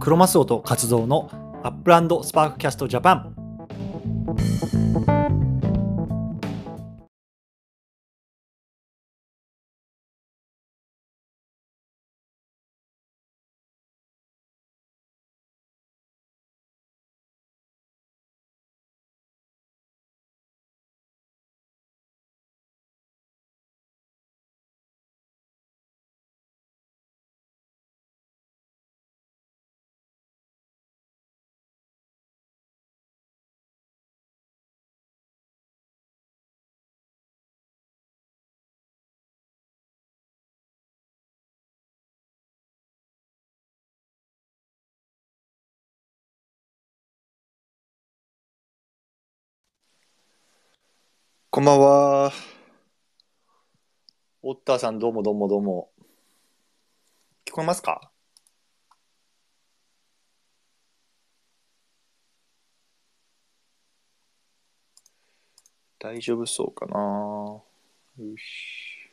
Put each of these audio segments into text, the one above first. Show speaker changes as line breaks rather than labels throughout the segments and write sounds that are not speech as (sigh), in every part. クロマスオと活動のアップランドスパークキャストジャパン
こんばんは。
オッターさんどうもどうもどうも
聞こえますか大丈夫そうかなよし。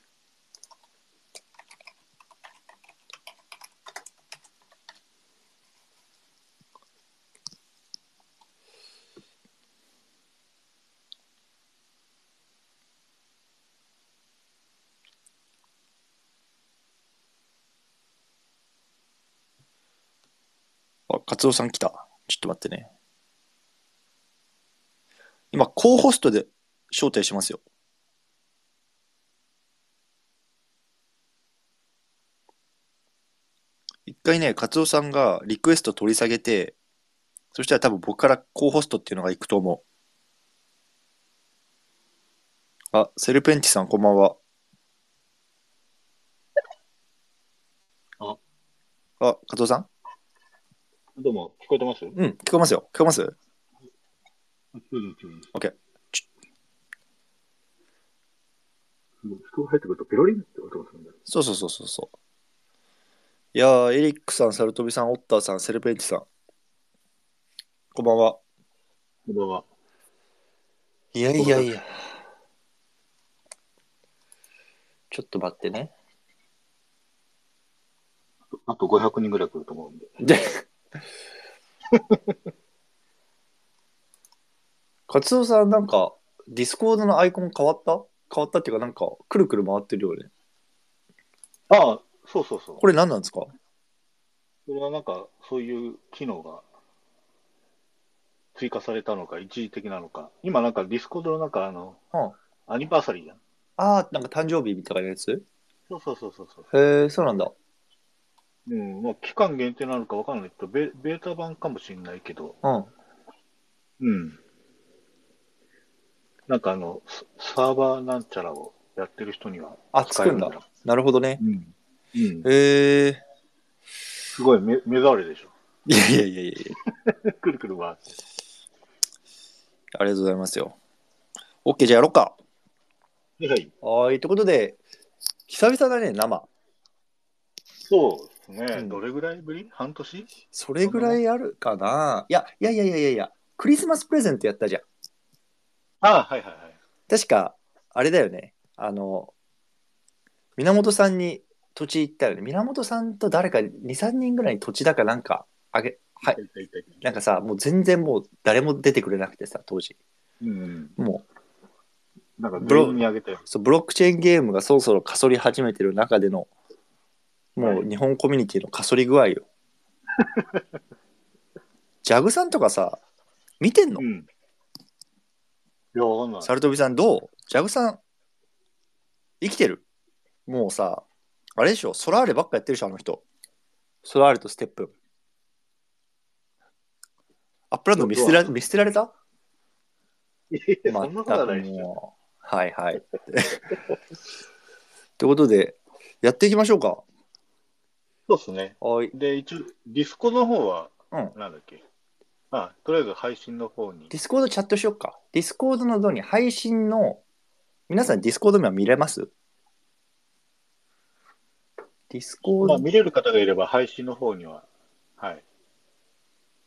あ、カツオさん来た。ちょっと待ってね。今、コホストで招待しますよ。一回ね、カツオさんがリクエスト取り下げて、そしたら多分僕からコホストっていうのが行くと思う。あ、セルペンチさんこんばんは。
あ、
あ、カツオさん
どうも、聞こえてます
うん、聞こえますよ。聞こえます
人が入ってくるとペロリンって音がするんだよ。
そうそうそうそうそう。いやー、エリックさん、サルトビさん、オッターさん、セルペンチさん。こんばんは。
こんばんは。
いや
いやい
や。ちょっと待ってね。
あと500人ぐらい来ると思うんで。
で、カツオさん、なんか、ディスコードのアイコン変わった変わったっていうか、なんか、くるくる回ってるよね。
ああ、そうそうそう。
これ何なんですか
それはなんか、そういう機能が追加されたのか、一時的なのか。今なんか、ディスコードの中、あの、
うん
アニバーサリーじゃん。
あー、なんか誕生日みたいなやつ
そうそうそうそうそう。
へえ、そうなんだ。
うん、まあ、期間限定なのかわかんないけど、ベベータ版かもしれないけど、
うん。
うん。なんかあの、ササーバーなんちゃらをやってる人には
あ、つ
使
く
える
ん
んだ
だ。。なるほどね。
うん。うん、
へえ。
すごい目目障りでしょ。 (laughs)
いやいやいやいやいや。
くるくる回って。
ありがとうございますよ。OK、じゃあやろうか。
はい。
はい、ということで、久々だね、生。
そうですね。
うん
どれぐらいぶり半年
それぐらいあるかな。いや、いやいやいやいやいや、クリスマスプレゼントやったじゃん。
あはいはいはい。
確か、あれだよね。あの、源さんに土地行ったよね。源さんと誰か2、3人ぐらいに土地だかなんかあげ、はい
いたいたいた。
なんかさ、もう全然もう誰も出てくれなくてさ、当時。
うん。
もう、
なんか
ブロ
全員にあげたよ。
そうブロックチェーンゲームがそろそろかそり始めてる中での、も
は
う
い
日本コミュニティのかそり具合よ。
(laughs)
ジャグさんとかさ、見てんの、
うん。いや、わかんない。
サルトビさんどうジャグさん、生きてるもうさ、あれでしょソラーレばっかやってるでしょあの人。ソラーレとステップ。アップランド見捨てら見捨てられた
いや
ま
そんなことはないで
った
す
く
よ。
もうはいはい。 (laughs) ということで、やっていきましょうか。
そうですね。
はい。
で、一応、ディスコの方は、
うん
なんだっけ。あとりあえず配信の方に
デ。ィスコードチャットしようか。ディスコードの度に配信の、皆さんディスコード名は見れますディスコー
まあ、
ド
見れる方がいれば配信の方には、はい。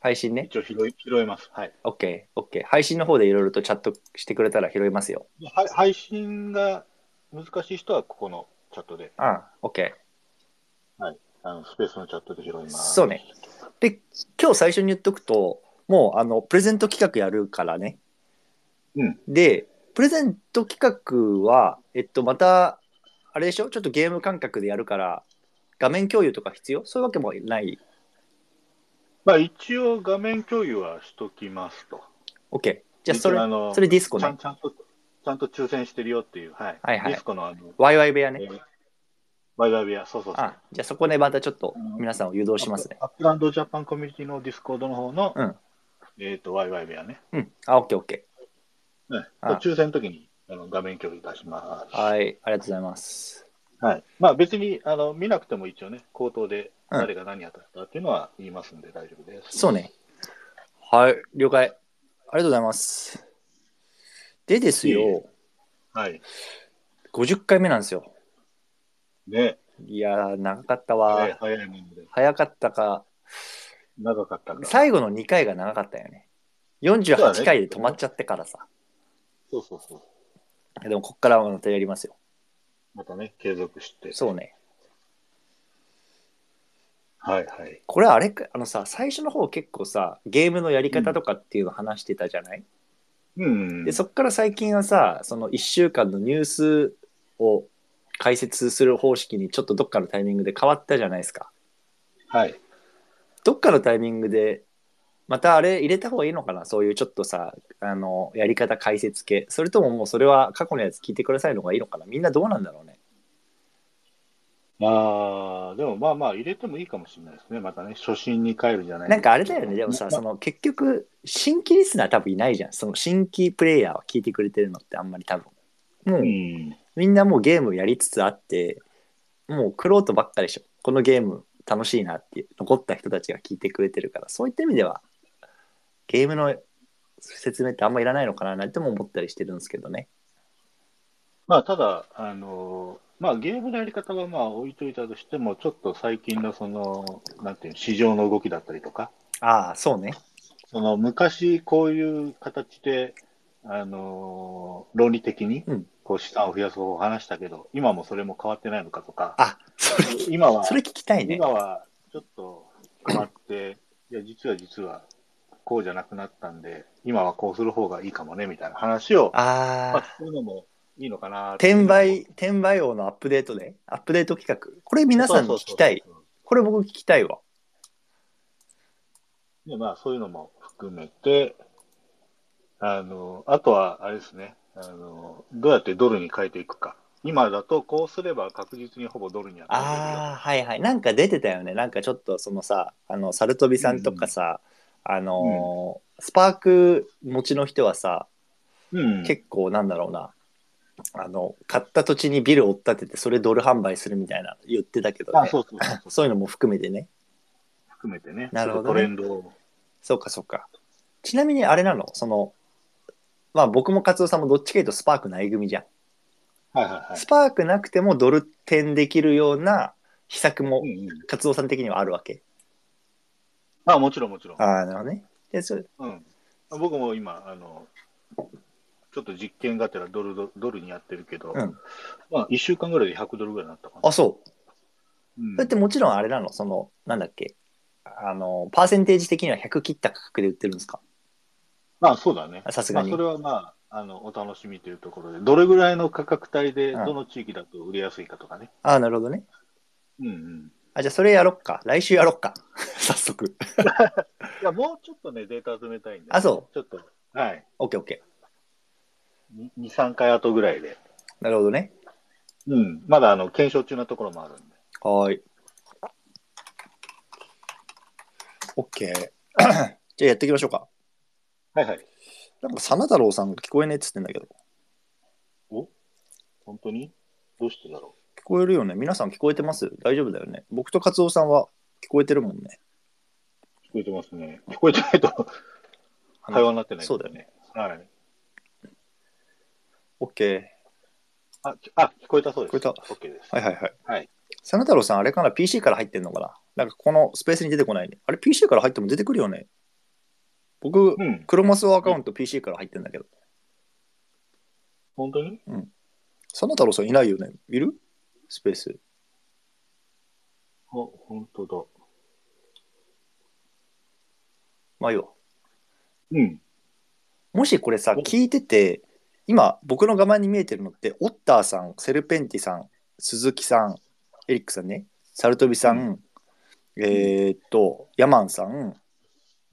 配信ね。
一応拾い拾えます。はい。
OK、OK。配信の方でいろいろとチャットしてくれたら拾いますよ。
では配信が難しい人は、ここのチャットで、
うん、OK。
あのスペースのチャットで拾います。
そうね。で今日最初に言っとくともうあのプレゼント企画やるからね、
うん
でプレゼント企画はえっとまたあれでしょちょっとゲーム感覚でやるから画面共有とか必要そういうわけもない
まあ一応画面共有はしときますと。
OK じゃあそれ
一応あの
それディスコ
ちゃん
ね
ちゃんと、ちゃんと抽選してるよっていう、はい。
はいはい
ディスコのあの、
ワイワイ部屋ね
えーワイワイビア、そうそうそう。
あじゃあそこでまたちょっと皆さんを誘導しますね
アップアップランドジャパンコミュニティのディスコードの方の、
うん
えっ、と、ワイワイビアね。
うんあ OKOK
うん
あ
抽選の時にあの画面共有出します。
はいありがとうございます
はい。まあ別にあの見なくても一応ね、口頭で
うん
誰が何やったっていうのは言いますんで大丈夫です。
そうね。はい、了解。ありがとうございます。でです
いえい
よ、
はい。
50回目なんですよ。
ね、
いやー、長かった
早
わ。
い早いもので、
早かったか、
長かったから。そう
最後の2回が長かったよね。48回で止まっちゃってからさ。
そうそう。
でも、こっからはまたやりますよ。
またね、継続して。
そうね。
はいはい。
これあれか、あのさ、最初の方結構さ、ゲームのやり方とかっていうの話してたじゃない、
うん。
で、そっから最近はさ、その1週間のニュースを解説する方式にちょっとどっかのタイミングで変わったじゃないですか。
はい。
どっかのタイミングで、またあれ入れた方がいいのかなそういうちょっとさ、あの、やり方解説系。それとももうそれは過去のやつ聞いてくださいの方がいいのかなみんなどうなんだろうね。
まあ、でもまあまあ、入れてもいいかもしれないですね。またね、初心に帰るじゃない
なんかあれだよね。でもさ、その結局、新規リスナー多分いないじゃん。その新規プレイヤーは聞いてくれてるのってあんまり多分。もう、
うん。
みんなもうゲームやりつつあって、もうクロートばっかでしょ。このゲーム楽しいなっていう、残った人たちが聞いてくれてるから、そういった意味では、ゲームの説明ってあんまいらないのかななんても思ったりしてるんですけどね。
まあ、ただ、あのまあ、ゲームのやり方はまあ置いといたとしても、ちょっと最近のその、なんていうの、市場の動きだったりとか、
ああ、そうね。
その昔こういう形で、あの論理的に
うん
こう資産を増やす方法を話したけど、今もそれも変わってないのかとか、
あ、それ、
今
(laughs)
は
そ、れ聞きたいね
今。はちょっと変わって、いや、実は実はこうじゃなくなったんで、今はこうする方がいいかもね、みたいな話を、まあ
ああ、、
そういうのもいいのかなって
転売、転売王のアップデートで、アップデート企画。これ皆さんに聞きたい
そう。そうそうそう
これ僕聞きたいわ。
で、まあ、そういうのも含めて、あの、あとは、あれですね、あの、どうやってドルに変えていくか。今だと、こうすれば確実にほぼドルに当たれるよ。
ああはいはいなんか出てたよねなんかちょっとそのさあのサルトビさんとかさ、あのースパーク持ちの人はさ
うん。
結構なんだろうなあの買った土地にビルを追っ立ててそれドル販売するみたいな言ってたけど
あ、
ね
そうそうそうそう
そういうのも含めてね
含めてね。
(laughs) なるほどね
トレンドを。
そうかそうかちなみにあれなのそのまあ僕も勝夫さんもどっちかというとスパークない組じゃん、
はいはいはい
スパークなくてもドル転できるような秘策も。
うんうん。
勝夫さん的にはあるわけ、
あ、もちろんもちろん。
ああなるほどねでそれ
うん。僕も今、あの、ちょっと実験がてらドルドドルにやってるけど、
うん
まあ、1週間ぐらいで100ドルぐらいになったかな。
あそう
うん
だってもちろんあれなの、その、なんだっけ、あの、パーセンテージ的には100切った価格で売ってるんですか
まあそうだね。
さすがに
まあ、それはまあ、あの、お楽しみというところで、どれぐらいの価格帯で、
うん
どの地域だと売れやすいかとかね。
ああ、なるほどね。
うんうん。
あ、じゃあそれやろっか。来週やろっか。 (laughs) 早速。
いや、もうちょっとね、データ集めたいんで、。
あそう
ちょっと、はい。
オッケーオッケ
2、3回後ぐらい
ー。
で。
なるほどね。
うん。まだ、あの、検証中なところもあるんで。
はーい。オッケー。 (coughs) じゃあやっていきましょうか。
はいはい。
なんか、真田郎さんが聞こえねえっつってんだけど。
お本当にどうしてだろ
聞こえるよね。皆さん聞こえてます大丈夫だよね。僕とカツオさんは聞こえてるもんね。
う聞こえてますね。聞こえてないと会話になってない、
そうだよね。
はい。
オッケ
あ、きあ、聞こえたそうです。
聞こ
えた。OK です。
ー。はいはいはい。
はい。
真田郎さん、あれかな ?PC から入ってんのかななんかこのスペースに出てこないね。あれ PC から入っても出てくるよね。僕、
うん。
クロマスオアカウント PC から入ってんだけど。
本当に
真田郎さんいないよね。いるスペース。
あ、本当だ。
まあいいわ
うん。
もしこれさ
お
聞いてて今僕の画面に見えてるのってオッターさんセルペンティさん鈴木さんエリックさんねサルトビさん、えーっとヤマンさん
うん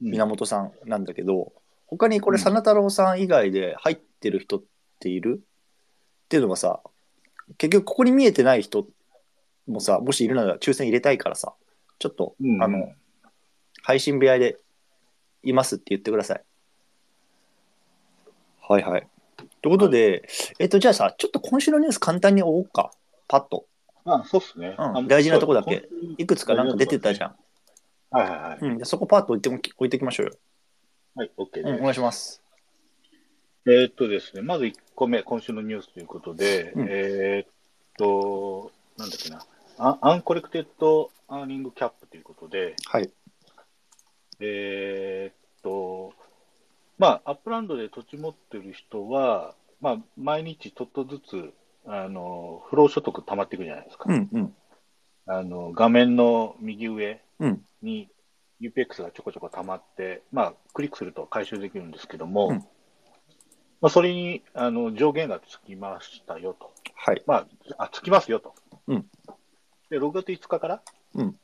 源さんなんだけど他にこれ
うん
真田太郎さん以外で入ってる人っているっていうのがさ結局ここに見えてない人もさもしいるなら抽選入れたいからさちょっと、
うん
あの配信部屋でいますって言ってください。はいはい。ということで、えっと、じゃあさ、ちょっと今週のニュース簡単に追おうか。パッと。
あ、そうっすね。
うん
あ
大事なとこだけ。
そう
いくつかなんか出てたじゃん。
はいはいはい。
うん、じゃあそこパッと置いても置いていきましょうよ。
はい、OK です。
うん、お願いします。
えーっとですね、まず1個目、今週のニュースということで、
うん
えーっと、なんだっけな、アアンコレクテッド・アーニング・キャップということで、
はい。
えーっと、まあ、アップランドで土地持ってる人は、まあ、毎日ちょっとずつ、あの、不労所得溜まっていくじゃないですか。
うんうん。
あの、画面の右上
うん
に UPX がちょこちょこ溜まって、まあ、クリックすると回収できるんですけども、
うん
まあ、それに、あの、上限がつきましたよと。
はい。
まあ、あつきますよと。
うん
で、6月5日から、
うん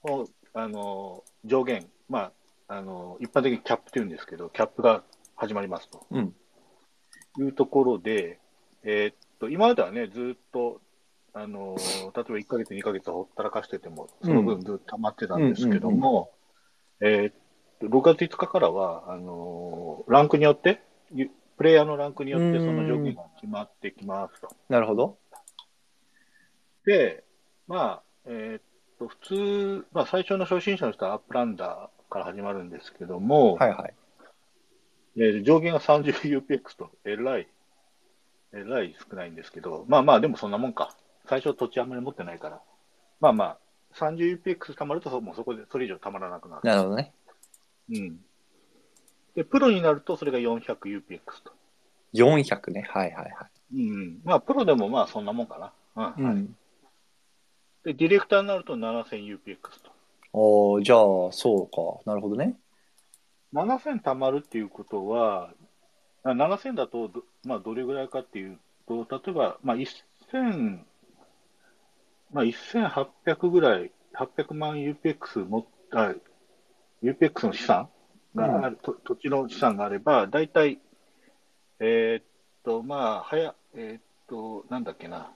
このあの上限、まああの、一般的にキャップというんですけど、キャップが始まりますと
うん。
いうところで、えーっと今まではね、ずっと、あの例えば1ヶ月、2ヶ月ほったらかしてても、その分ずっと溜まってたんですけども、えーっと6月5日からは、あのランクによって、ゆプレイヤーのランクによって、その上限が決まってきますと。
なるほど。
で、まあ、えーっと、普通、まあ、最初の初心者の人はアップランダーから始まるんですけども、
はいはい。
えー上限が 30UPX と、えらい、えらい少ないんですけど、まあまあ、でもそんなもんか。最初土地あんまり持ってないから。まあまあ、30UPX 貯まると、そもうそこで、それ以上貯まらなくなる。
なるほどね。
うん。で、プロになると、それが 400UPX と。
400ね。はいはいは
うんうん。まあ、プロでもまあ、そんなもんかな。
い。
うん。
ん。
で、ディレクターになると 7000UPX と。
おーじゃあ、そうか。なるほどね。
7000貯まるっていうことは、あ7000だとど,、まあ、どれぐらいかっていうと、例えば、まあ、1000、まあ、1800ぐらい、800万 UPX 持った、UPX の資産がある、と土地の資産があれば、大体、えーっと、まあ、はや、えーっと、なんだっけな、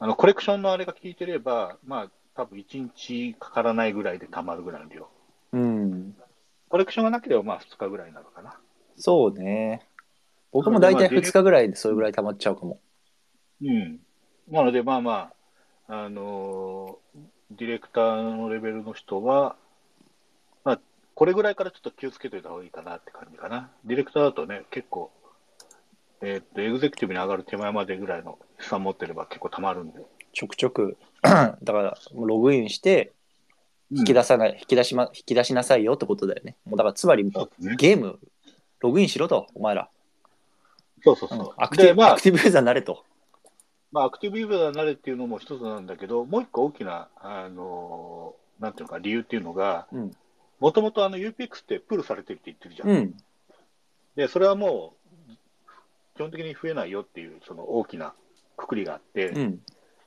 あの、コレクションのあれが効いてれば、まあ、多分1日かからないぐらいで貯まるぐらいの量。
うん。
コレクションがなければ、まあ、2日ぐらいになるかな。
そうね。僕も大体2日ぐらいでそれぐらい溜まっちゃうかも。
うん。なので、まあまあ、あのーディレクターのレベルの人は、まあ、これぐらいからちょっと気をつけといた方がいいかなって感じかな。ディレクターだとね、結構、えーっと、エグゼクティブに上がる手前までぐらいの資産持ってれば結構たまるんで。
ちょくちょく (clears throat) だからログインして引き出さない、引き出しま引き出しなさいよってことだよねもうだからつまり
そ
も
うですね
うゲームログインしろとお前ら、
そうそ
う
うそ
ん
う。
アクティ
で、
ブ、
ま
ア
あ
ク、ティブユーザーになれと
まあ、アクティブユーザーになれっていうのも一つなんだけど、もう一個大きな、あのーなんていうのか、理由っていうのが、
うん、
もともとあの UPX ってプールされてるって言ってるじゃん。
うん、
で、それはもう、基本的に増えないよっていう、その大きなくくりがあって、
うん、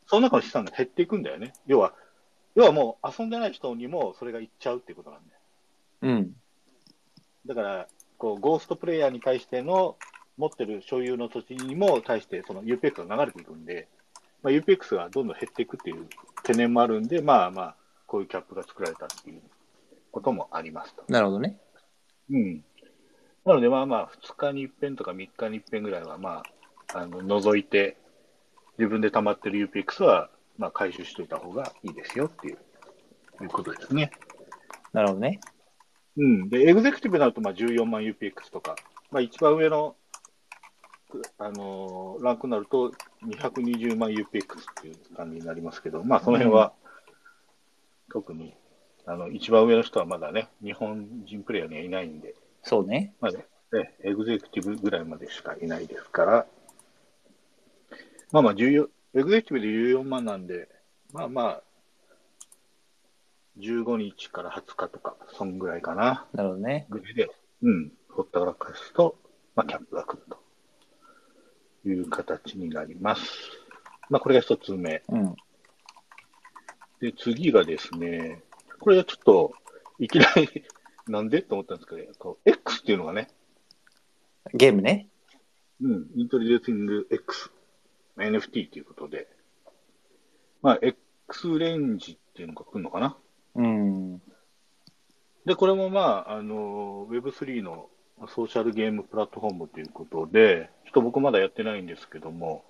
その中の資産が減っていくんだよね。要は、要はもう遊んでない人にもそれがいっちゃうっていうことなんだよ。
うん、
だから、こう、ゴーストプレイヤーに対しての、持ってる所有の土地にも対して、その UPX が流れていくんで、まあ、UPX がどんどん減っていくっていう懸念もあるんで、まあまあ、こういうキャップが作られたっていうこともありますと。
なるほどね
うん。なので、まあまあ、2日に一遍とか3日に一遍ぐらいは、まあ、あの除いて、自分で溜まってる UPX は、まあ、回収しといた方がいいですよっていういうことですね。
なるほどね
うん。で、エグゼクティブになると、まあ、14万 UPX とか、まあ、一番上の、あのーランクになると、220万 UPX っていう感じになりますけど、まあ、その辺は、特に、あの、一番上の人はまだね、日本人プレイヤーにはいないんで、
そうね
まあね、ねエグゼクティブぐらいまでしかいないですから、まあまあ14、エグゼクティブで14万なんで、まあまあ、 15日から20日とか、そんぐらいかな。
なるほどね。
ぐらいで、うん、ほったらかすと、まあ、キャップが来るという形になります。まあ、これが一つ目。
うん。
で、次がですね、これはちょっと、いきなり、なんでと思ったんですけど、こう X っていうのがね、
ゲームね。
うん、イントリデューシング X、NFT ということで、まあ、X レンジっていうのが来るのかな。
うん。
で、これもまあ、あの、Web3 のソーシャルゲームプラットフォームということで、ちょっと僕まだやってないんですけども、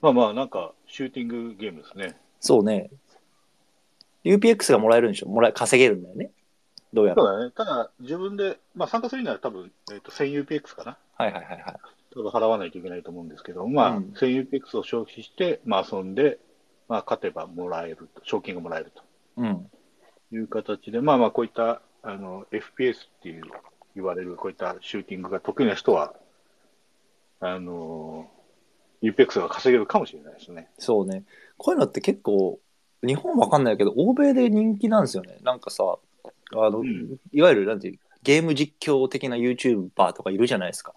まあまあ、なんか、シューティングゲームですね。
そうね。UPX がもらえるんでしょもらえ稼げるんだよね。どうや
た
ら。
だね、ただ、自分で、まあ参加するなら多分、えっ、と、1000UPX かな。
はいはいはいはい。
多分払わないといけないと思うんですけど、まあ、
うん
1000UPX を消費して、まあ遊んで、まあ勝てばもらえると、賞金がもらえると。
うん。
いう形で、まあまあ、こういったあの FPS っていう言われる、こういったシューティングが得意な人は、あの、UPEX が稼げるかもしれないですね。
そうね。こういうのって結構、日本わかんないけど、欧米で人気なんですよね。なんかさ、あの、
ん
いわゆるなんていう、ゲーム実況的な YouTuber とかいるじゃないですか。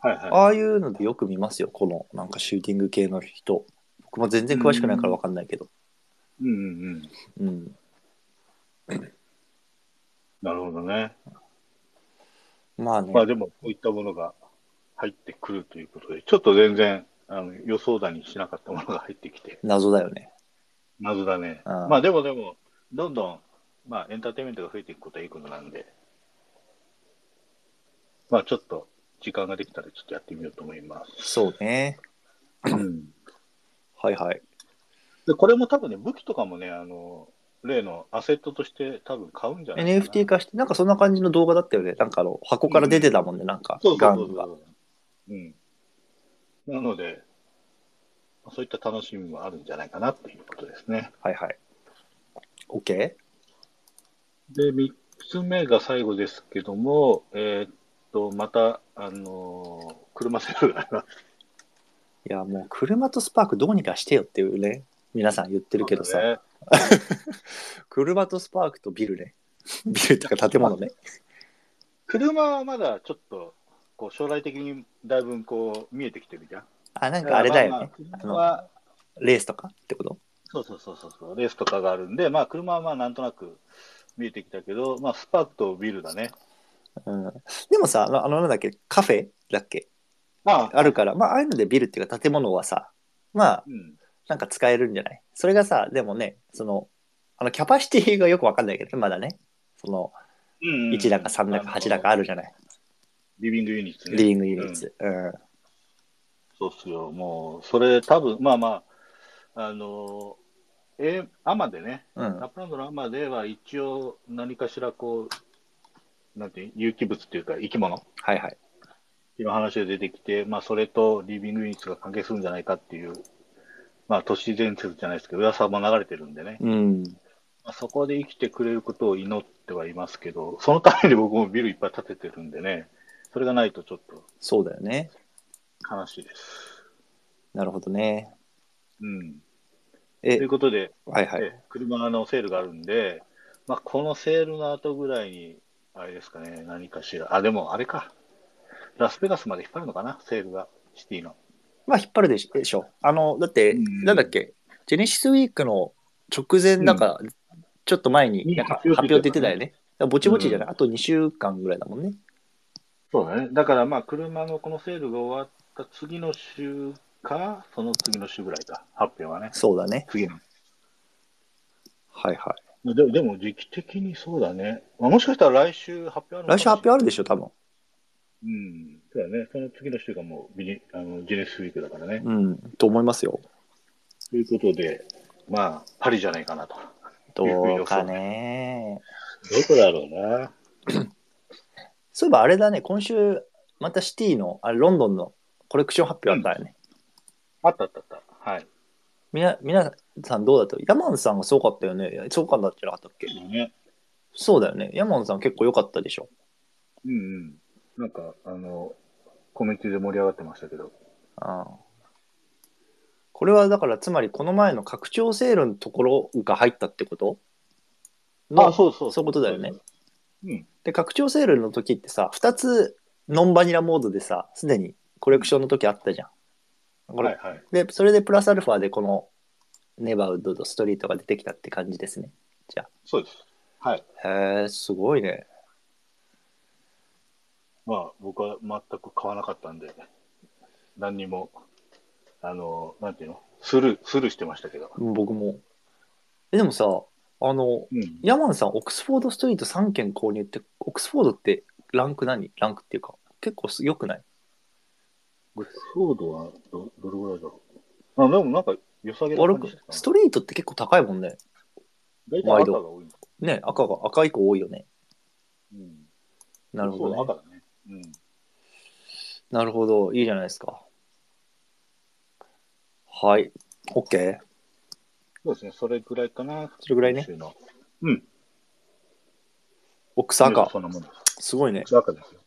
はいは
ああいうのでよく見ますよ。この、なんかシューティング系の人。僕も全然詳しくないからわかんないけど。
い。うんうんうん。
うん。
なるほどね。
まあね。
まあでも、こういったものが入ってくるということで、ちょっと全然あの予想だにしなかったものが入ってきて、
謎だよね。
謎だね。
うん
まあでもでも、どんどん、まあエンターテインメントが増えていくことはいいことなんで、まあちょっと時間ができたらちょっとやってみようと思います。
(clears throat) そうね。
うん
はいはい。
でこれも多分ね、武器とかもね、あの例のアセットとして多分買うんじゃないかな
NFT 化して、なんかそんな感じの動画だったよね。なんかあの、箱から出てたもんね。なんか
そう、そ
ガ
うそう
ン
そ
が。
う。うん、なので、そういった楽しみもあるんじゃないかなっていうことですね。
はいはい。OK?
で、3つ目が最後ですけども、えーっと、また、あのー車セールがあります。
いや、もう車とスパークどうにかしてよっていうね。皆さん言ってるけどさ。
ね
車とスパークとビルね。 (laughs) ビルっていうか建物ね。
車はまだちょっと、こう将来的にだいぶこう見えてきてるじゃん。
あ、なんかあれだよ
ま
ね。
ま車は
レースとかってこと
そうそうそうそうそう、レースとかがあるんで、まあ、車はまあなんとなく見えてきたけど、まあ、スパークとビルだね。
うん。でもさ、あの、あのなんだっけ、カフェだっけ
まあ、
あるから、まあ、ああいうのでビルっていうか建物はさ、まあ、
うん、
なんか使えるんじゃないそれがさ、でもね、その、あの、キャパシティがよくわかんないけどね、まだね。その、
うん
1だか3だか8だかあるじゃない。
リビングユニットね。
リビングユニッツ。うん。
そうっすよ、もう、それ多分、まあまあ、あのえアマでね、
うん。
アップランドのアマでは一応何かしらこう、なんていう有機物っていうか生き物
はいはい。
今話で出てきて、まあ、それとリビングユニットが関係するんじゃないかっていう、まあ、都市伝説じゃないですけど、噂も流れてるんでね。
うん。
まあそこで生きてくれることを祈ってはいますけど、そのために僕もビルいっぱい建ててるんでね、それがないとちょっと
そうだよね。
悲しいです。
なるほどね。
うん、と
え
いう、ことで、
はいはい。
え車のセールがあるんで、まあ、このセールの後ぐらいに、あれですかね、何かしら、あ、でもあれか、ラスベガスまで引っ張るのかな、セールが、シティの。
まあ、引っ張るでしでしょ。あの、だって、
うん
なんだっけ、ジェネシスウィークの直前、なんか、ちょっと前に、
に
なんか発
発表
表って
って
言
言
っ
ってて
たよね。だか
たよ
らぼちぼちじゃない、あと2週間ぐらいだもんね。
そうだね、だからまあ、車のこのセールが終わった次の週か、その次の週ぐらいか、発表はね。
そうだね。
次の
はいはい。
まあでも、でも時期的にそうだね。まあ、もしかしたら来週発表あるのかも
来
し
週
れない
発表あるでしょ、多分。
うん。そうだね。その次の週がもうビジあのジェネスウィークだからね。
うん、と思いますよ。
ということで、まあ、パリじゃないかなと。
どうかね。
どこだろうな。
そういえばあれだね、今週、またシティの、あれ、ロンドンのコレクション発表あったよね。
あったあったあった。はい。
みな、皆さんどうだった山野さんがすごかったよね。すごかったんじゃなかったっけ
ね。
そうだよね。山野さん結構良かったでしょ。
うんうん。なんか、あの、コミュニティで盛り上がってましたけど。
ああこれはだからつまりこの前の拡張セールのところが入ったってことの
あ、そうそう。
そういうことだよね。
うん。
で拡張セールの時ってさ2つノンバニラモードでさすでにコレクションの時あったじゃん。これ
はいはい。
でそれでプラスアルファでこのネバウッドとストリートが出てきたって感じですね。
そうです。はい。
へえすごいね。
まあ、僕は全く買わなかったんで、何にも、あの、なんていうのスルー、スルーしてましたけど。
僕も。えでもさあの
うん。
ヤマンさんオックスフォードストリート3件購入ってオックスフォードってランク何ランクっていうか結構す良くない
グッソードはど、どれぐらいだろう。あ、でもなんか、良さげな
悪
感
く
じしたな
ストリートって結構高いもんね。
大体赤が多いの。
ね赤が赤以降多いよね。
うん。
なるほ
そう、
ど、ね。
赤だね。うん。
なるほどいいじゃないですか。はい。OK。
そうですね。それぐらいかな。
それぐらいね
今。週の。
オックス赤。
そんなもんです
ごいね。
す。赤ですよ。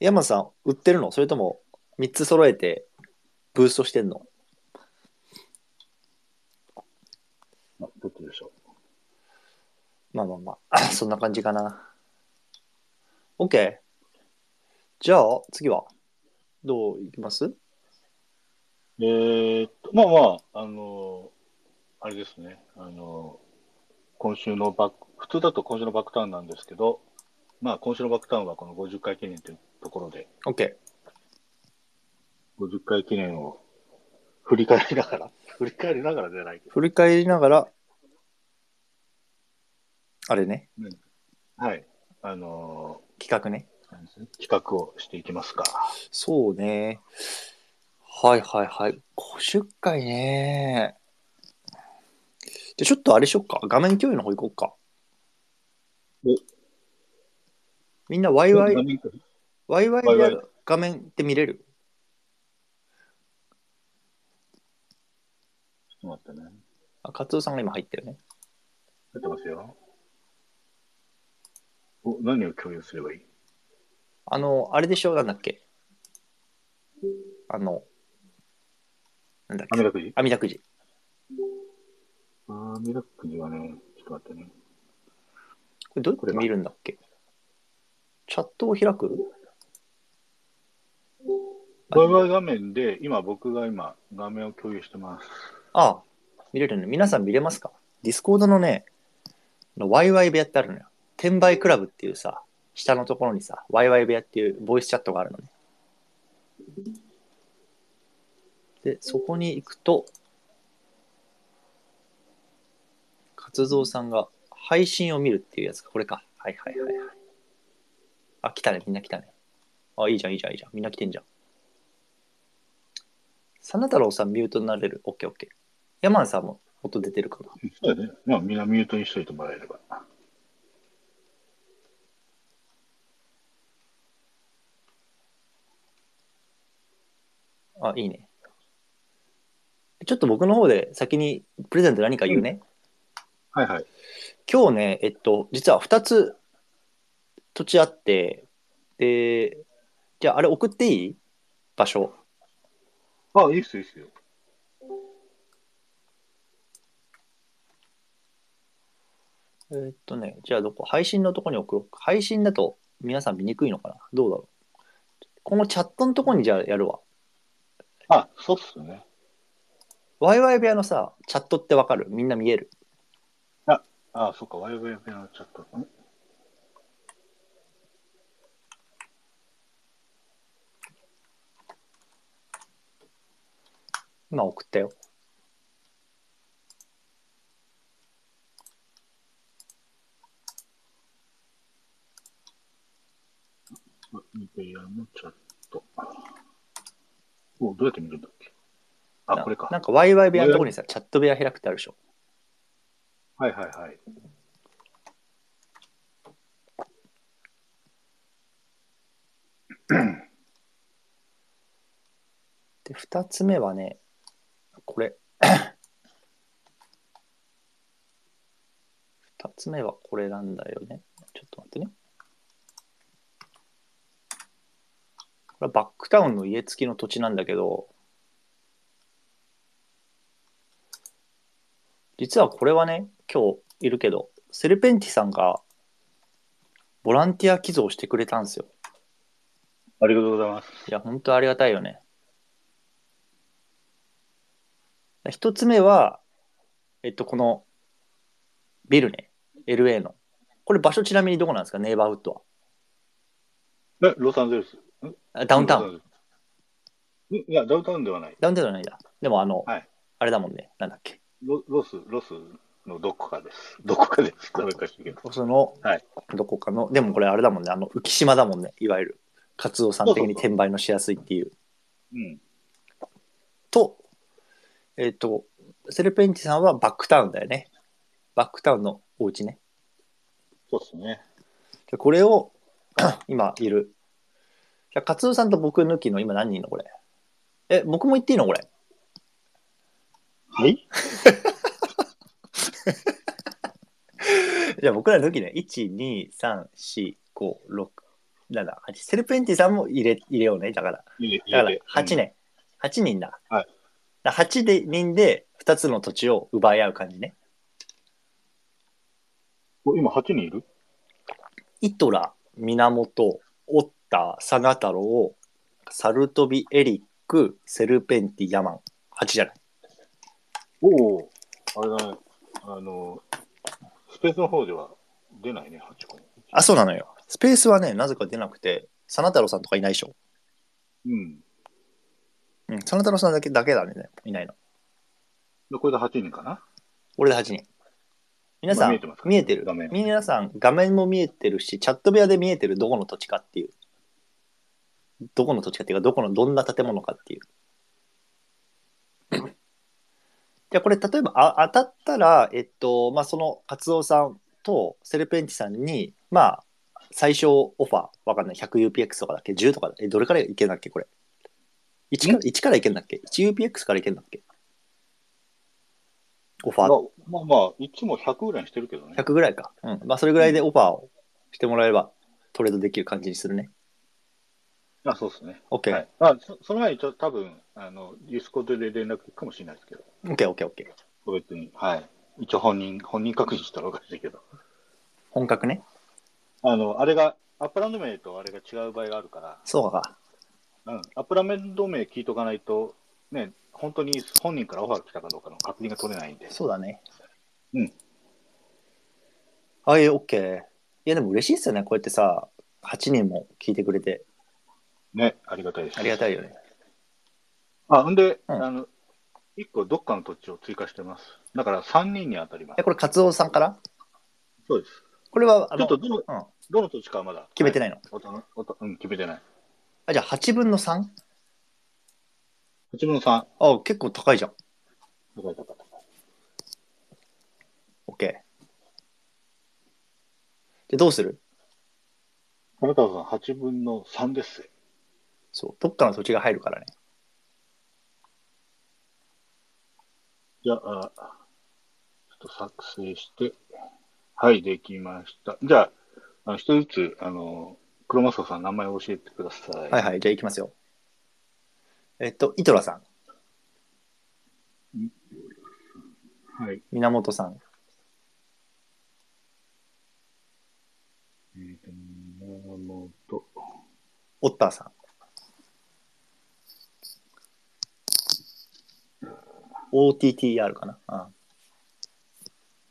ヤマンさん売ってるのそれとも3つ揃えてブーストしてんの
あ、どっちでしょ
まあまあまあ、そんな感じかな。OK。じゃあ、次は、どういきます
う。えーっと、まあまあ、あのーあれですね。あのー今週のバック、普通だと今週のバックタウンなんですけど、まあ今週のバックタウンはこの50回記念というところで、
?OK。
50回記念を振り返りながら、 (laughs) 振り返りながらじゃないけど、
振り返りながら、あれね、
はい。あの
企画ね。
ーなんですね企画をしていきますか。
そうね。はいはいはい。50回ね。じゃあちょっとあれしよっか。画面共有の方行こうか
お。
みんなワイワイ
画、面共有
ワイワイで
ワイワイ
画面って見れる
ちょっと待ってね。
あ、カツオさんが今入ったよね。
出てますよ。お、何を共有すればいい
あの、あれでしょなんだっけあの、なんだっ
あ
け
めだくじ
あみだくじ。
あめだくじはね、ちょっと待ってね。
これどうやって見るんだっけチャットを開く
ワイワイ画面で、今僕が今、画面を共有してます。
ああ、見れるね。皆さん見れますかディスコードのね、のワイワイ部屋ってあるのよ。転売クラブっていうさ、下のところにさ、ワイワイ部屋っていうボイスチャットがあるのね。で、そこに行くと、活動さんが配信を見るっていうやつか、これか。はいはいはいはい。あ、来たね、みんな来たね。あ、いいじゃん、いいじゃん、いいじゃん。みんな来てんじゃん。真田太郎さんミュートになれる。オッケーオッケー。ヤマンさんも音出てるかな。
そうだね。まあ、みんなミュートにしといてもらえれば。
あ、いいね。ちょっと僕の方で先にプレゼント何か言うね。
はいはい。
今日ね、えっと、実は2つ土地あって、で、じゃああれ送っていい場所。
あ、いいっすよ、いいっすよ。
えっとね、じゃあどこ配信のとこに送ろうか。配信だと皆さん見にくいのかなどうだろうこのチャットのとこにじゃあやるわ。
あ、そうっすね。
ワイワイ部屋のさ、チャットってわかるみんな見える。
あ、そっか、ワイワイ画面のチャット。ん
今送ったよ。
ミペアのチャット。お、どうやって見るんだっけあ、
な
これか。
なんかワイワイ部屋のとこにさ、チャット部屋開くってあるでしょ。
はいはいはい。
で、二つ目はね、これ。 (coughs) 二つ目はこれなんだよね。ちょっと待ってね。これはバックタウンの家付きの土地なんだけど、実はこれはね、今日いるけど、セルペンティさんがボランティア寄贈してくれたんですよ。
ありがとうございます。
いや、本当ありがたいよね。一つ目は、えっと、このビルね、LA の。これ場所ちなみにどこなんですか、ネイバーウッドは
え、ロサンゼルス。
あ。ダウンタウン。
ン。いや、ダウンタウンではない。
ダウンタウンじゃないんだ。でも、あの、
はい
あれだもんね、なんだっけ。
ロロス、ロスのどこかです。どこかです。なんか知らんけど
その、
はい
どこかの、でもこれあれだもんね、あの浮島だもんね、いわゆる、カツオさん的に転売のしやすいっていう。
うん。
と、えっ、と、セルペンティさんはバックタウンだよね。バックタウンのお家ね。
そうですね。
でこれを (clears throat) 今いる。じゃあ、カツオさんと僕抜きの今何人いんのこれ。え、僕も言っていいのこれ。 (laughs)
はい
じゃあ僕ら抜きね。1、2、3、4、5、6、7、8。セルペンティさんも入れ入れようね。だから。
いいね。
だか
いい
ら
ね
8。年、8人だ。
はい
だから8で人で2つの土地を奪い合う感じね。
うんお今8人いる
イトラ、源、オッタ、サガタロウ、サルトビ、エリック、セルペンティ、ヤマン。8じゃない。
おお。あれだね。あの、スペースの方では出ないね、8個。
あ、そうなのよ。スペースはね、なぜか出なくて、サナタロウさんとかいないでしょ。
うん。
うん、サナタロウさんだけだけだね。いないの。
でこれで8人かな
俺で8人。皆さん、
今見
見
え
え
て
て
ますか
る
画面
皆さん、画面も見えてるし、チャット部屋で見えてるどこの土地かっていう。どこの土地かっていうか、どこの、どんな建物かっていう。じゃあ、これ、例えばあ、当たったら、えっと、まあ、その、カツオさんとセルペンチさんに、まあ、最小オファー、わかんない、100UPX とかだっけ ?10 とかだえ、どれからいけんだっけこれ。1から、1からいけんだっけ ?1UPX からいけんだっけオファー
ま
っ
あ
て
まあまあ、いつも100ぐらいにしてるけどね。
100ぐらいか。うん。まあ、それぐらいでオファーをしてもらえれば、トレードできる感じにするね。
あ、そうですね。
OK。
はい。まあ、そその前にちょっと多分、あの、ディスコードで連絡行くかもしれないですけど、
OK、OK、OK。
個別に。はい。一応本人、本人確認したらおかしいけど。
本格ね。
あの、あれが、アップランド名とあれが違う場合があるから、
そうか。
うん、アップランド名聞いとかないと、ね、本当に本人からオファー来たかどうかの確認が取れないんで。
そうだね。
うん。
はい、OK。いや、でも嬉しいっすよね。こうやってさ、8人も聞いてくれて。
ね、ありがたいです。
ありが
い。
たいよね。
あ、んで、
うん
あの、一個どっかの土地を追加してます。だから3人に当たりま
え、
す。
これ、カツオさんから
そうです。
これは、あ
ちょ
の、
っとどの、
うん
どの土地かはまだ
決めて
ない。
ないの。
おたおたうん、決めてない。
あ、じゃあ、8分の 3?
八分の3。
あ、結構高いじゃん。
高い高い高い
OK。で、どうする
金川さん、八分の3です。
そう。どっかの土地が入るからね。
じゃあ、ちょっと作成して、はい、できました。じゃあ、あの一人ずつ、あの、黒マスコさん、名前を教えてください。
はいはい、じゃあ行きますよ。えっと、イトラさん、
はい。
源さん、
えーと、源、
オッターさん、OTTR かな。うん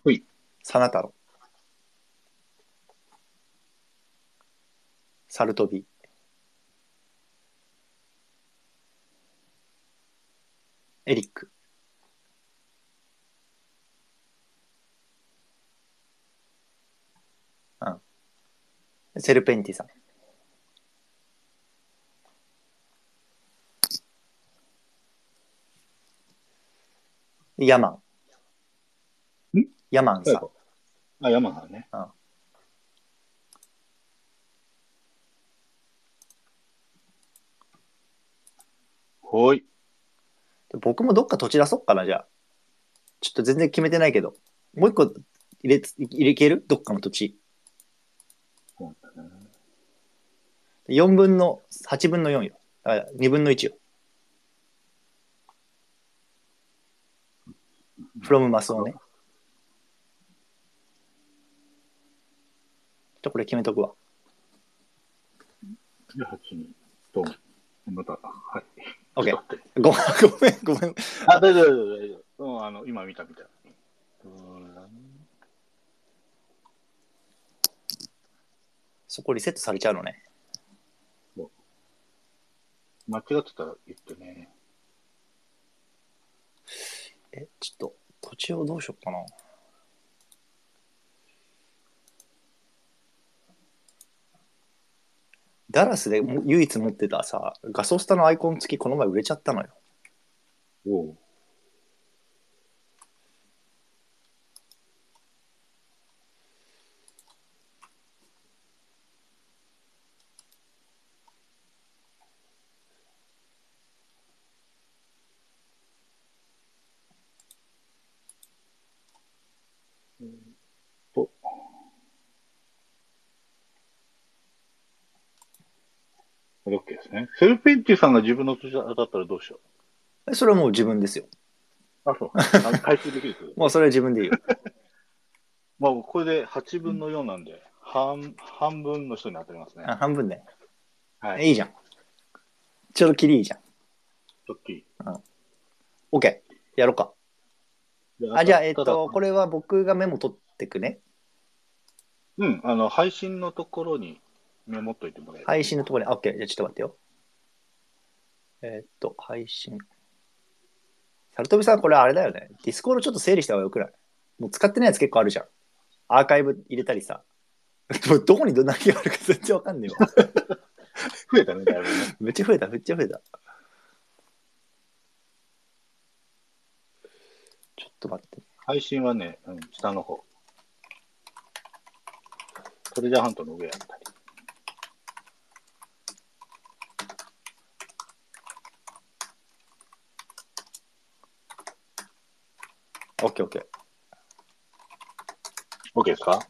ほい。
サナタロ。サルトビ。エリック。うん。セルペンティさん。ヤマン。
ん
ヤマンさん。
あ、山さんね。ほい。
僕もどっか土地出そうかな、じゃあ。ちょっと全然決めてないけど。もう一個入れつ、入れけるどっかの土地。
そうだね
4分の、8分の4よ。だから2分の1よ。from マスオね。じゃあこれ決めとくわ。
で、8人、ドン。また、はい。
OK
ちょっと待って
ごめん、ごめん、ごめん。
あ、大丈夫、大丈夫。うん、あの、今見た見た。
そこリセットされちゃうのね。
間違ってたら言ってね。
え、ちょっと、土地をどうしよっかな。ダラスでも唯一持ってたさ、ガソスタのアイコン付きこの前売れちゃったのよ。
おう。これ OK ですね。セルペンティさんが自分の土地当たったらどうしよ
えそれはもう自分ですよ。
う。あ、そう。あ回収できるけど。
もうそれは自分でいいよ。
まあ、これで8分の4なんで、半、半分の人に当たりますね。
あ半分ね。
はい
え。いいじゃん。ちょうどキリいいじゃん。
ドッキリ
OK。やろうか。あ、じゃあ、えっ、
ただ
と、これは僕がメモ取ってくね。
うん、あの、配信のところにメモっといてもらえる。
配信のところに、あ OK。じゃあちょっと待ってよ。えっと、配信。サルトビさん、これあれだよね。ディスコードちょっと整理した方がよくないもう使ってないやつ結構あるじゃん。アーカイブ入れたりさ。 (laughs) でもどこにどんな何があるか全然わかんねえわ。
増えたね、だいぶね。
めっちゃ増えた、めっちゃ増えた。ちょっと待って。
配信はね、うん、下の方。トレジャーハントの上あったり。
オッケーオッケー。
OK ですか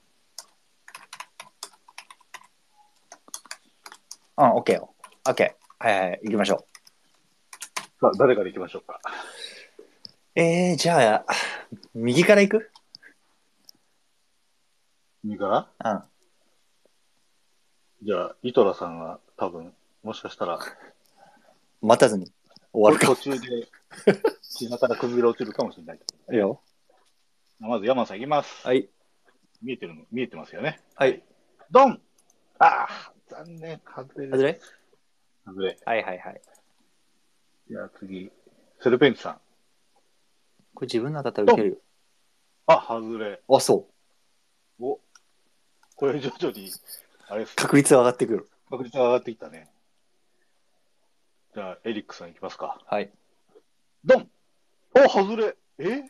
うん、オッケーよ。オッケー。はいはいはい、行きましょ
さあ、誰から行きましょうか。
う。えー、じゃあ、右から行く
右から
うん。
じゃあ、イトラさんは多分、もしかしたら、
待たずに終わる
途中で、 (laughs) 島から崩れ落ちるかもしれない。
か。いいよ。
まず、山さん行きます。
はい。
見えてるの、見えてますよね。
はい。
ドンああ、残念、外れ。
外れ
外れ。
はいはいはい。
じゃあ次、セルペンチさん。
これ自分の当たったら受ける
あ、外れ。
よ。あ、そう。
お、これ徐々に、あれですね
確率が上がってくる。
確率が上がってきたね。じゃあ、エリックさんいきますか。
はい。
ドンお、外れえ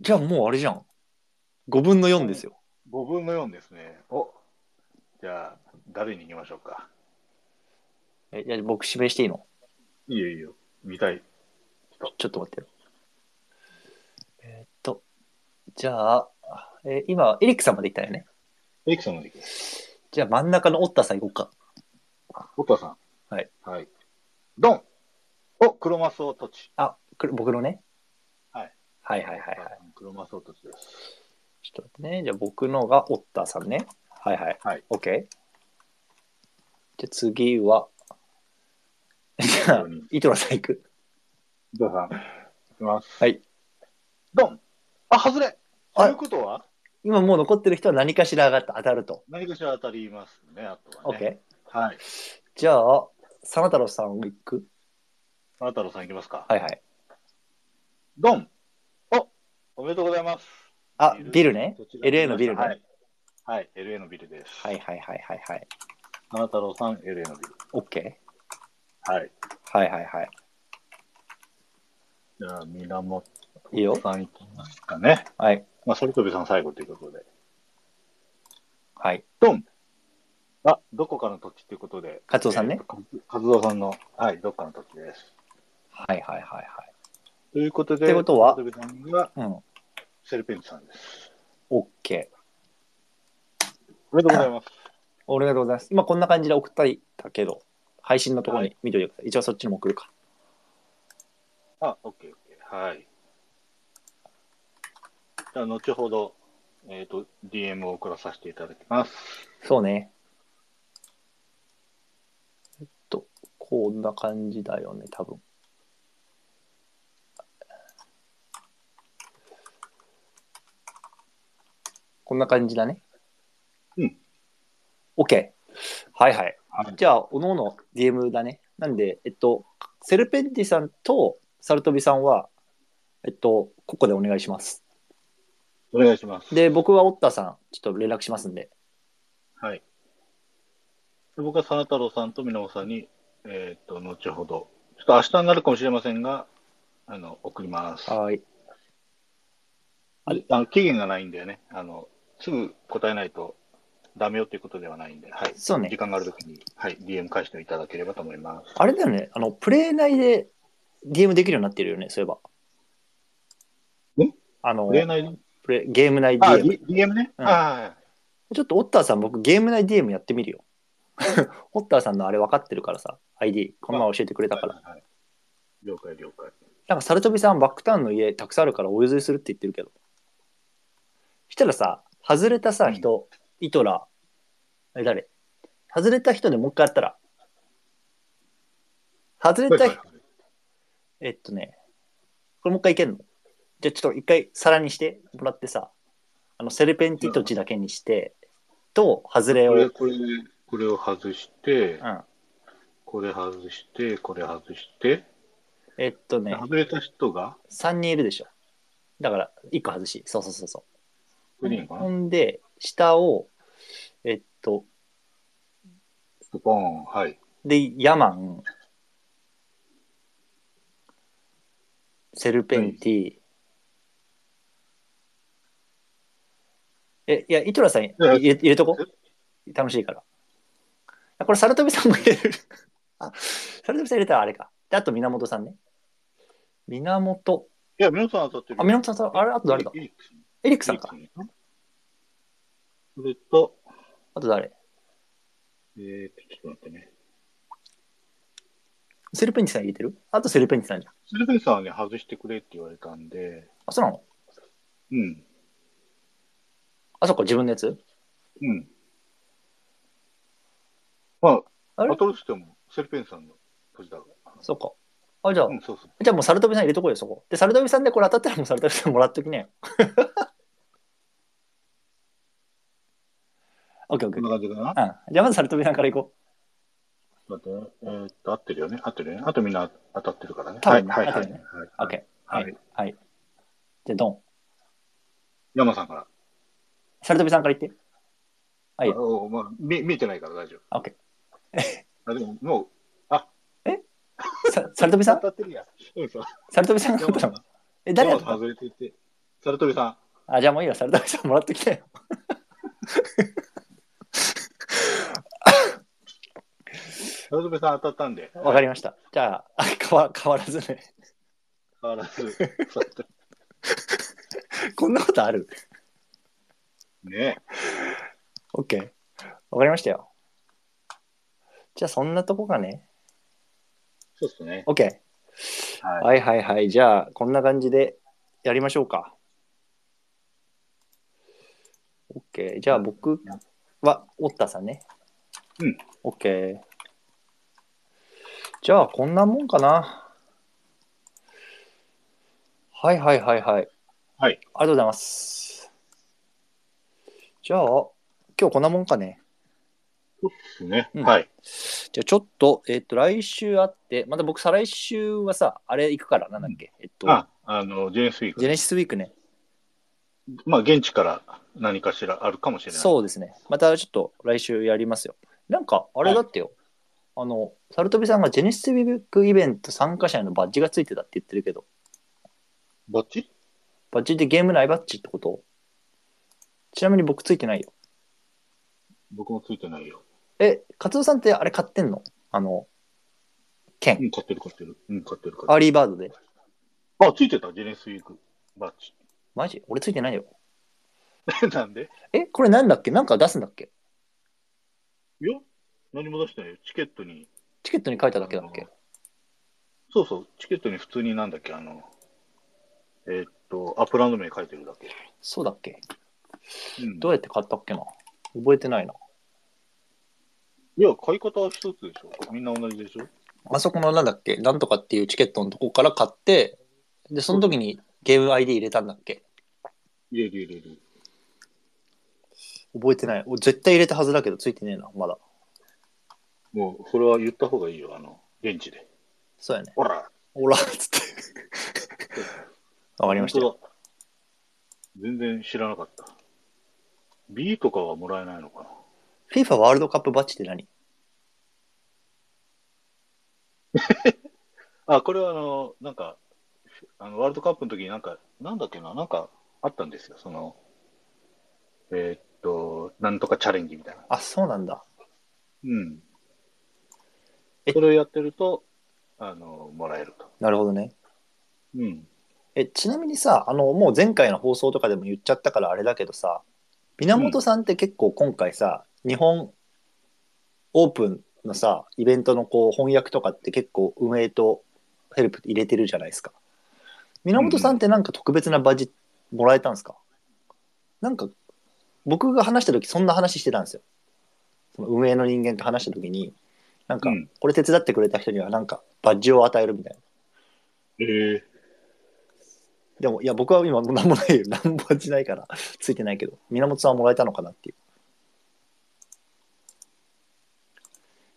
じゃあもうあれじゃん。5分の4ですよ。
?5 分の4ですね。お、じゃあ、誰に行きましょうか。
え、じゃあ僕指名していいの
いいよいいよ。見たい。
ちょっと待ってよ。えーっと、じゃあ、えー今、エリックさんまで行ったよね。
エリックさんので行きます。
じゃあ真ん中のオッタさん行こうか。
オッタさん。
はい。
はい。ドンお、黒マスオトチ。
あ、くる僕のね。
はい。
はいはいはいはい。。
黒マスオトチです。
ちょっと待ってね。じゃあ僕のがオッターさんね。はいはい。
はい。
OK。じゃあ次は、じゃあ、イトラさん行く。
伊藤さん、いきます。
はい。
ドンあ、外れ
あ
ということは
今もう残ってる人は何かしら上がった、当たると。
何かしら当たりますね、あとは
OK、
ね。OK。はい。
じゃあ、サナ太郎さん行く
あなたのさんいきますか。
はいはい。
ドンおおめでとうございます。
あ、ビルね
こ。ちら
LA のビルね
はい。はい、LA のビルです。
はい。はいはいはいはい。
花太郎さん、LA のビル。
OK。
はい。
はいはいはい。
じゃあ、源
いいよ。
さんいきますかね。
はい。
まあ、それとびさん最後ということで。
はい。
ドンあ、どこかの土地ということで。
カツオさんね
えー。かカズオさんの、はい、どっかの土地です。
はいはいはいはい。
ということで、
ってことは
とびさんが
うん。
セルペンチさんです。
OK。
おめでとうございます。
ありがとうございます。今こんな感じで送ったりだけど、配信のところに見といてください。一応そっちにも送るか。
あ、オッケーオッケー。はい。じゃあ、後ほど、えっ、と、DM を送らさせていただきます。
そうね。えっと、こんな感じだよね、多分。こんな感じだね。
うん。
OK。はいはい。
はい
じゃあ、おのおのゲームだね。なんで、えっと、セルペンティさんとサルトビさんは、えっと、ここでお願いします。
お願いします。
で、僕はオッタさん、ちょっと連絡しますんで。
はい。で僕は真田太郎さんと皆尾さんに、えーっと、後ほど、ちょっと明日になるかもしれませんが、あの、送ります。
はい。
あの期限がないんだよね。あの、すぐ答えないとダメよっていうことではないんで、はい。
そうね
時間があるときに、はい、DM 返していただければと思います。
あれだよね、あの、プレイ内で DM できるようになってるよね、そういえば。
ん
あの
触れない
プレイゲーム内
あ、
DM。
D- DM ね。
うん
あ
ちょっとオッターさん、僕、ゲーム内 DM やってみるよ。 (laughs) オッターさんのあれ分かってるからさ、ID、このまま教えてくれ
あ、
たから。
はいはい了解、了解。
なんか、サルトビさん、バックタウンの家たくさんあるからお譲りするって言ってるけど。したらさ、外れたさ、人、イトラ、あれ誰外れた人でもう一回やったら。外れた人、えっとね、これもう一回いけるのじゃあちょっと一回皿にしてもらってさ、あのセルペンティトチだけにして、と、外れ
こ
を、う
れ、
ん、
これ、これを外して、これ外して、これ外して、
えっとね、
外れた人が
3人いるでしょ。だから、1個外し、そうそうそうそ
グリーン
う。
か
ほ
な、
んで、下を、えっと、
スポーン、はい。
で、ヤマン、セルペンティ、え、いや、イトラさん入れ入れとこ楽しいから。あこれ、サルトビさんも入れる。あ、サルトビさん入れたらあれか。で、あと源さんね。源。
いや、皆さん当たってる。
あ、源さん、あれ、あと誰だ
エリック
エリック
ス
さ
エ
ん
リック
か
ス。ねそれと、
あと誰
えー、と、ちょっと待ってね。
セルペンティさん入れてるあとセルペンティさんじゃん。
スルベンさんはね、外してくれって言われたんで、
あ、そうなの
うん、
あ、そっか、自分のやつ
うん。ま
あ
あ、
れ
バトルしても、セルペンさんのポジだが。
そっか。あ、じゃあ、
うん、そうそう。
じゃあもうサルトビさん入れとこうよ、そこ。で、サルトビさんでこれ当たったらもうサルトビさんもらっときね。 (laughs) オッケーオッケー
こん
オッ
な感じかな
ケー。うん。じゃあまずサルトビさんからいこ
待ってね、えーっと、合ってるよね合ってるよねあとみんな当たってるからね。
多分ね
はい、は
合っ
い、はい
てるよね。う。オ
は
ッ
い
ケー。
は
はいい。はい。じゃあ、ドン。
山さんから。
サルトビさんから言って。はい
あおうまあ、見見えてないから大丈
オッケ
夫。あでも、もう、
ー。さサルトビさ
当
ん
たってるやん。う
(laughs)
ん、そう。
サルトビさんが取っ
山
たの
さん。
え、誰
山
や
さ
っ
ん
たの
外れていて、サルトビさん。
あ、じゃあもういいよ。サルトビさんもらっときなよ。
サルトビさん当たったんで、
わかりました。じゃあ、あ変わ変わらずね。
変わらず。
こんなことある
ね
オッケー。わかりましたよ。じゃあ、そんなとこかね。
そうっすね。
オッケー。
はい。
はいはいはい。じゃあ、こんな感じでやりましょうか。OK。じゃあ、僕は、オッタさんね。
うん。
OK。じゃあ、こんなもんかな。はいはいはいはい。あ
はい
りがとうございます。じゃあ、今日こんなもんかね。
ですね。
うん
はい。
じゃあちょっと、えっ、と、来週あって、また僕、再来週はさ、あれ行くから、なんだっけ、えっと、
あ、あの、ジェーンスウィー
ジェ
ク。
ネシスウィークね。
まあ、現地から何かしらあるかもしれない。う。
そうですね。またちょっと来週やりますよ。なんか、あれだってよ、あの、サルトビさんがジェネシスウィークイベント参加者へのバッジがついてたって言ってるけど、
ぼっち
バッジってゲーム内バッジってことちなみに僕ついてないよ。
僕もついてないよ。
え、カツオさんってあれ買ってんのあの、
う
券。
ん、買ってる買ってる。うん、買ってる買
ア
っ
ー
て
リーバードで。
る。あ、ついてた、ジェネスウィーク。バッチ。 (laughs)
マジ俺ついてないよ。
なんで
え、これなんだっけなんか出すんだっけ
いや、何も出してないよ。チケットに。
チケットに書いただけだっ
あ
け
のそうそう、チケットに普通になんだっけ、あの、えーっと、アップランド名書いてるだけ。
そうだっけ
うん
どうやって買ったっけな覚えてないな。
いや、買い方は一つでしょ。みんな同じでしょ。
あそこのなんだっけ、なんとかっていうチケットのとこから買って、で、その時にゲーム ID 入れたんだっけ
入れる入れる。
覚えてない。お絶対入れたはずだけど、ついてねえな、まだ。
もう、それは言った方がいいよ、あの、現地で。
そうやね。
ほら、
おら、つって。 (laughs) わかりましたよ。
本当だ全然知らなかった。B とかはもらえないのかな
FIFA ワールドカップバッジって何
あ、これはあの、なんか、あのワールドカップの時になんか、なんだっけな、なんかあったんですよ、その、えーっと、なんとかチャレンジみたいな。
あ、そうなんだ。
うん。
え
それをやってると、あの、もらえると。
なるほどね。
うん。
え、ちなみにさ、あの、もう前回の放送とかでも言っちゃったからあれだけどさ、源さんって結構今回さ、日本オープンのさ、イベントのこう翻訳とかって結構運営とヘルプ入れてるじゃないですか。源さんってなんか特別なバッジもらえたんですか、なんか、僕が話した時そんな話してたんですよ。その運営の人間と話した時に、なんか
うん、
これ手伝ってくれた人にはなんかバッジを与えるみたいな。
えー、
でも、いや、僕は今、何もないよ。 (laughs) 何もしないから、ついてないけど、源さんはもらえたのかなっていう。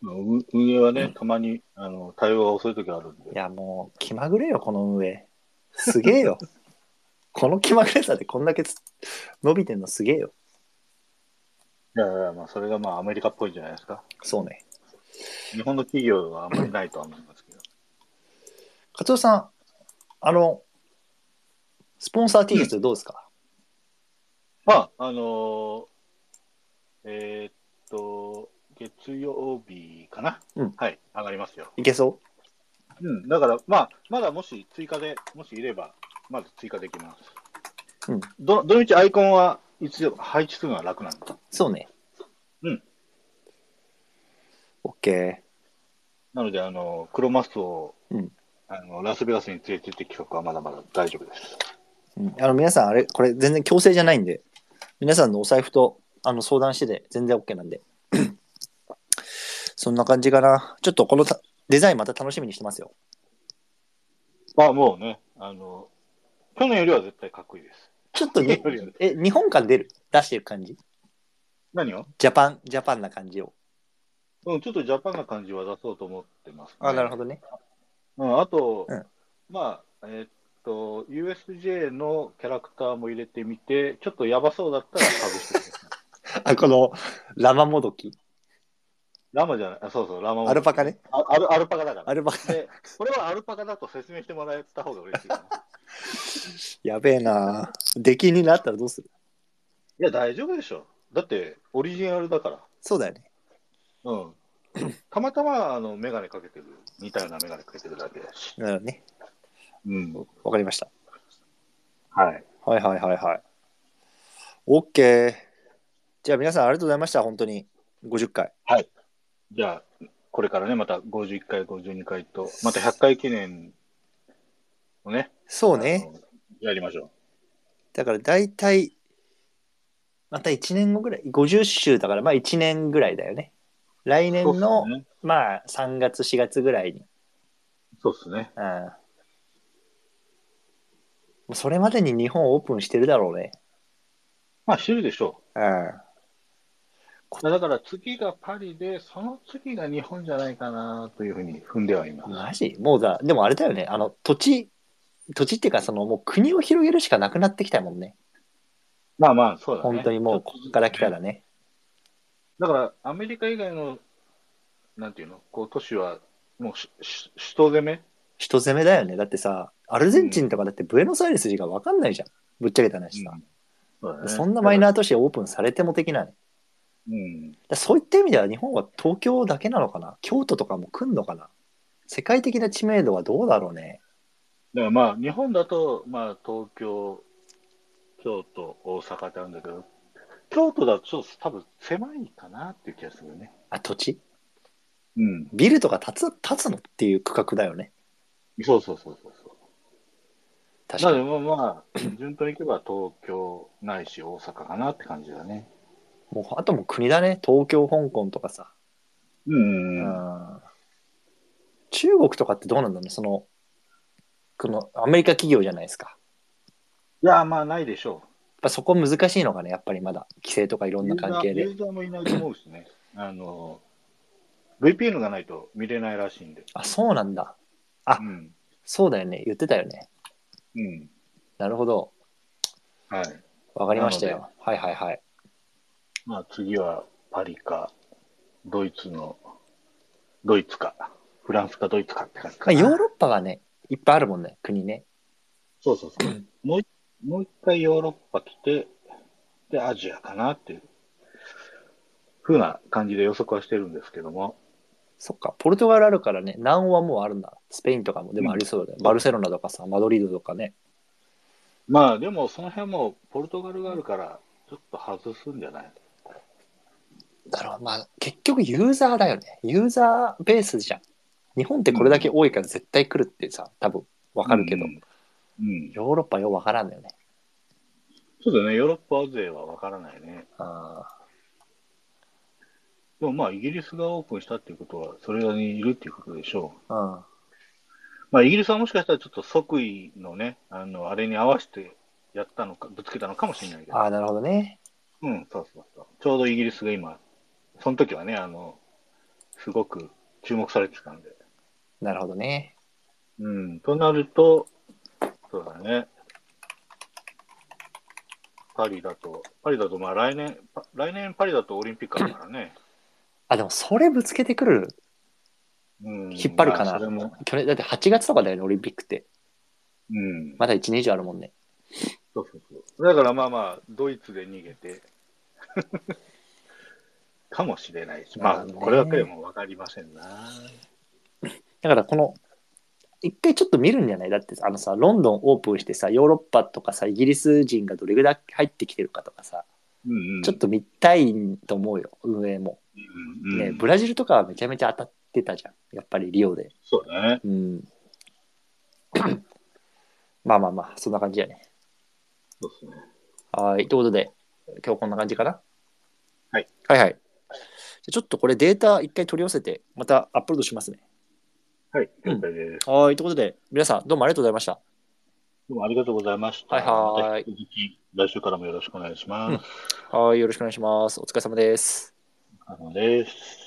まあ運運営はね、たまにあの対応が遅い時あるん
い
で。
や、もう、気まぐれよ、この運営。すげえよ。 (laughs) この気まぐれさで、こんだけつ伸びてんのすげえよ。
いやいや、まあ、それがまあアメリカっぽいんじゃないですか。
そうね。
日本の企業はあんまりないとは思いますけど。
カツオさん、あの、スポンサー T シャツどうですか、
まあ、あのーえーっと、月曜日かな、
うん
はい、上がりますよ。
いけそ
うん、だから、まあ、まだもし追加で、もしいれば、まず追加できます。
うん
どどのみちアイコンは一応配置するのは楽なんで。
うそうね。
うん。
オッケ
なので、あの、黒マスを、
うん
あのラスベガスに連れてって企画はまだまだ大丈夫です。
ー。うん、あの、皆さん、あれ、これ、全然強制じゃないんで、皆さんのお財布と、あの、相談してで、全然 OK なんで。 (clears throat) そんな感じかな。ちょっとこのたデザインまた楽しみにしてますよ。
まあ、もうね、あの、去年よりは絶対かっこいいです。
ちょっとに
(laughs) とりあえず
え、日本感出る出してる感じ
何を
ジャパン、ジャパンな感じを。
うん、ちょっとジャパンな感じは出そうと思ってます、ど。
どね。
うん、あと、
うん
まあ、えーっと、USJ のキャラクターも入れてみて、ちょっとやばそうだったら外してください。 (laughs)
あ、この、ラマモドキ。
ラマじゃない、あそうそう、ラマも
アルパカね。
あアルアルパカだから。
アルパカ。
で、これはアルパカだと説明してもらえた方が
(laughs)
嬉しいかな。
やべえな出禁になったらどうする
いや、大丈夫でしょ。だって、オリジナルだから。
そうだよね。 (laughs)
うん。たまたま、あの、メガネかけてる、みたいなメガネかけてるだけだし。
なるほどね。
うん。
わかりました。
はい。
はいはいはいはい。OK。じゃあ皆さんありがとうございました。本当に。50回。
じゃあ、これからね、また51回、52回と、また100回記念をね、
そうね。
あの。やりましょ
だから大体、また1年後ぐらい。50週だから、まあ1年ぐらいだよね。来
う。
年
そ
の
う、っすね
まあ3月4月ぐらいに。
そうですね。
うんもうそれまでに日本オープンしてるだろうね。
まあ、知るでしょ
うん。
う。だから次がパリで、その次が日本じゃないかなというふうに踏んではいます。
マジもうだ、でもあれだよね。あの、土地、土地っていうか、そのもう国を広げるしかなくなってきたもんね。
まあまあ、そうだね。
本当にもう、こっから来たらね。
だから、アメリカ以外の、なんていうの、こう、都市は、もうし、し首都攻め
人攻めだよね。だってさ、アルゼンチンとかだってブエノスアイレスしか分かんないじゃん。ぶっちゃけた話さ。
そうだね
そんなマイ
だか
ナー都市オープンされても的なね。
らうん。
だそういった意味では日本は東京だけなのかな京都とかも来んのかな世界的な知名度はどうだろうね。
だからまあ、日本だと、まあ、東京、京都、大阪ってあるんだけど、京都だと、ちょっと多分狭いかなっていう気がするね。
あ、土地
うん。
ビルとか建つ建つのっていう区画だよね。
そうそうそうそうそう。
確
な
か
ので、
に。
まあ、まあ、順当にいけば東京ないし大阪かなって感じだね。
もうあともう国だね。東京、香港とかさ。
うんうんうん。
うん中国とかってどうなんだろうねそのこのアメリカ企業じゃないですか
いや、まあ、ないでしょ
やっぱそこ難しいのかねやっぱりまだ規制とかいろ
う。
んな関係
ユ
で
ーザーユーザーもいないと思うしね。あの、VPN がないと見れないらしいんで。
あそうなんだあ
うん。
そうだよね言ってたよね
うん。
なるほど
はい。
わかりました
な
よはいはいはい
まあ、次はパリか、ドイツの、ドイツか、フランスかドイツかって感じ
まあ
かな。
ヨーロッパがねいっぱいあるもんね国ね
そうそうそう。もういもう一回ヨーロッパ来て、で、アジアかなっていう、ふうな感じで予測はしてるんですけども。
そっかポルトガルあるからね南欧はもうあるんだスペインとかもでもありそうだよ、バルセロナとかさマドリードとかね
まあ、でもその辺もポルトガルがあるから、ちょっと外すんじゃない
だろうまあ結局ユーザーだよねユーザーベースじゃん日本ってこれだけ多いから絶対来るってさ多分わかるけど、
うん。うん
ヨーロッパようわからんだよね
そうだね、ヨーロッパ勢はわからないね。
あー
でもまあ、イギリスがオープンしたっていうことは、それなりにいるっていうことでしょう。
うん
まあ、イギリスはもしかしたらちょっと即位のね、あの、あれに合わせてやったのか、ぶつけたのかもしれないけど。
ああなるほどね
うん、そうそうそう。ちょうどイギリスが今、その時はね、あの、すごく注目されてたんで。
なるほどね
うん、となると、そうだね。パリだと、パリだと、まあ来年、パ来年パリだとオリンピックあるからね。
あでもそれぶつけてくる
うん、
(laughs) 引っ張るかな、
まあそれも、
去年だって8月とかだよねオリンピックって
うん、
まだ1年以上あるもんね
そうそうそう。だからまあまあ、ドイツで逃げて、 (laughs) かもしれないし、ま
ま
あ、
あね
これだけでもわかりませんな。
だからこの一回ちょっと見るんじゃないだってあのさロンドンオープンしてさヨーロッパとかさイギリス人がどれぐらい入ってきてるかとかさ
うんうん、
ちょっと見たいと思うよ運営も、
うん、うん
ね、ブラジルとかはめちゃめちゃ当たってたじゃんやっぱりリオで
そうだね。
うん (coughs) まあまあまあそんな感じやね
そうですね。
はいということで今日こんな感じかな
はい
はいはいじゃあちょっとこれデータ一回取り寄せてまたアップロードしますね
はい、
うん
了解です。
はいということで皆さんどうもありがとうございました
どうもありがとうございました。
はいはーい
また引き続き、来週からもよろしくお願いします。
はいよろしくお願いしますお疲れ様です
あのです。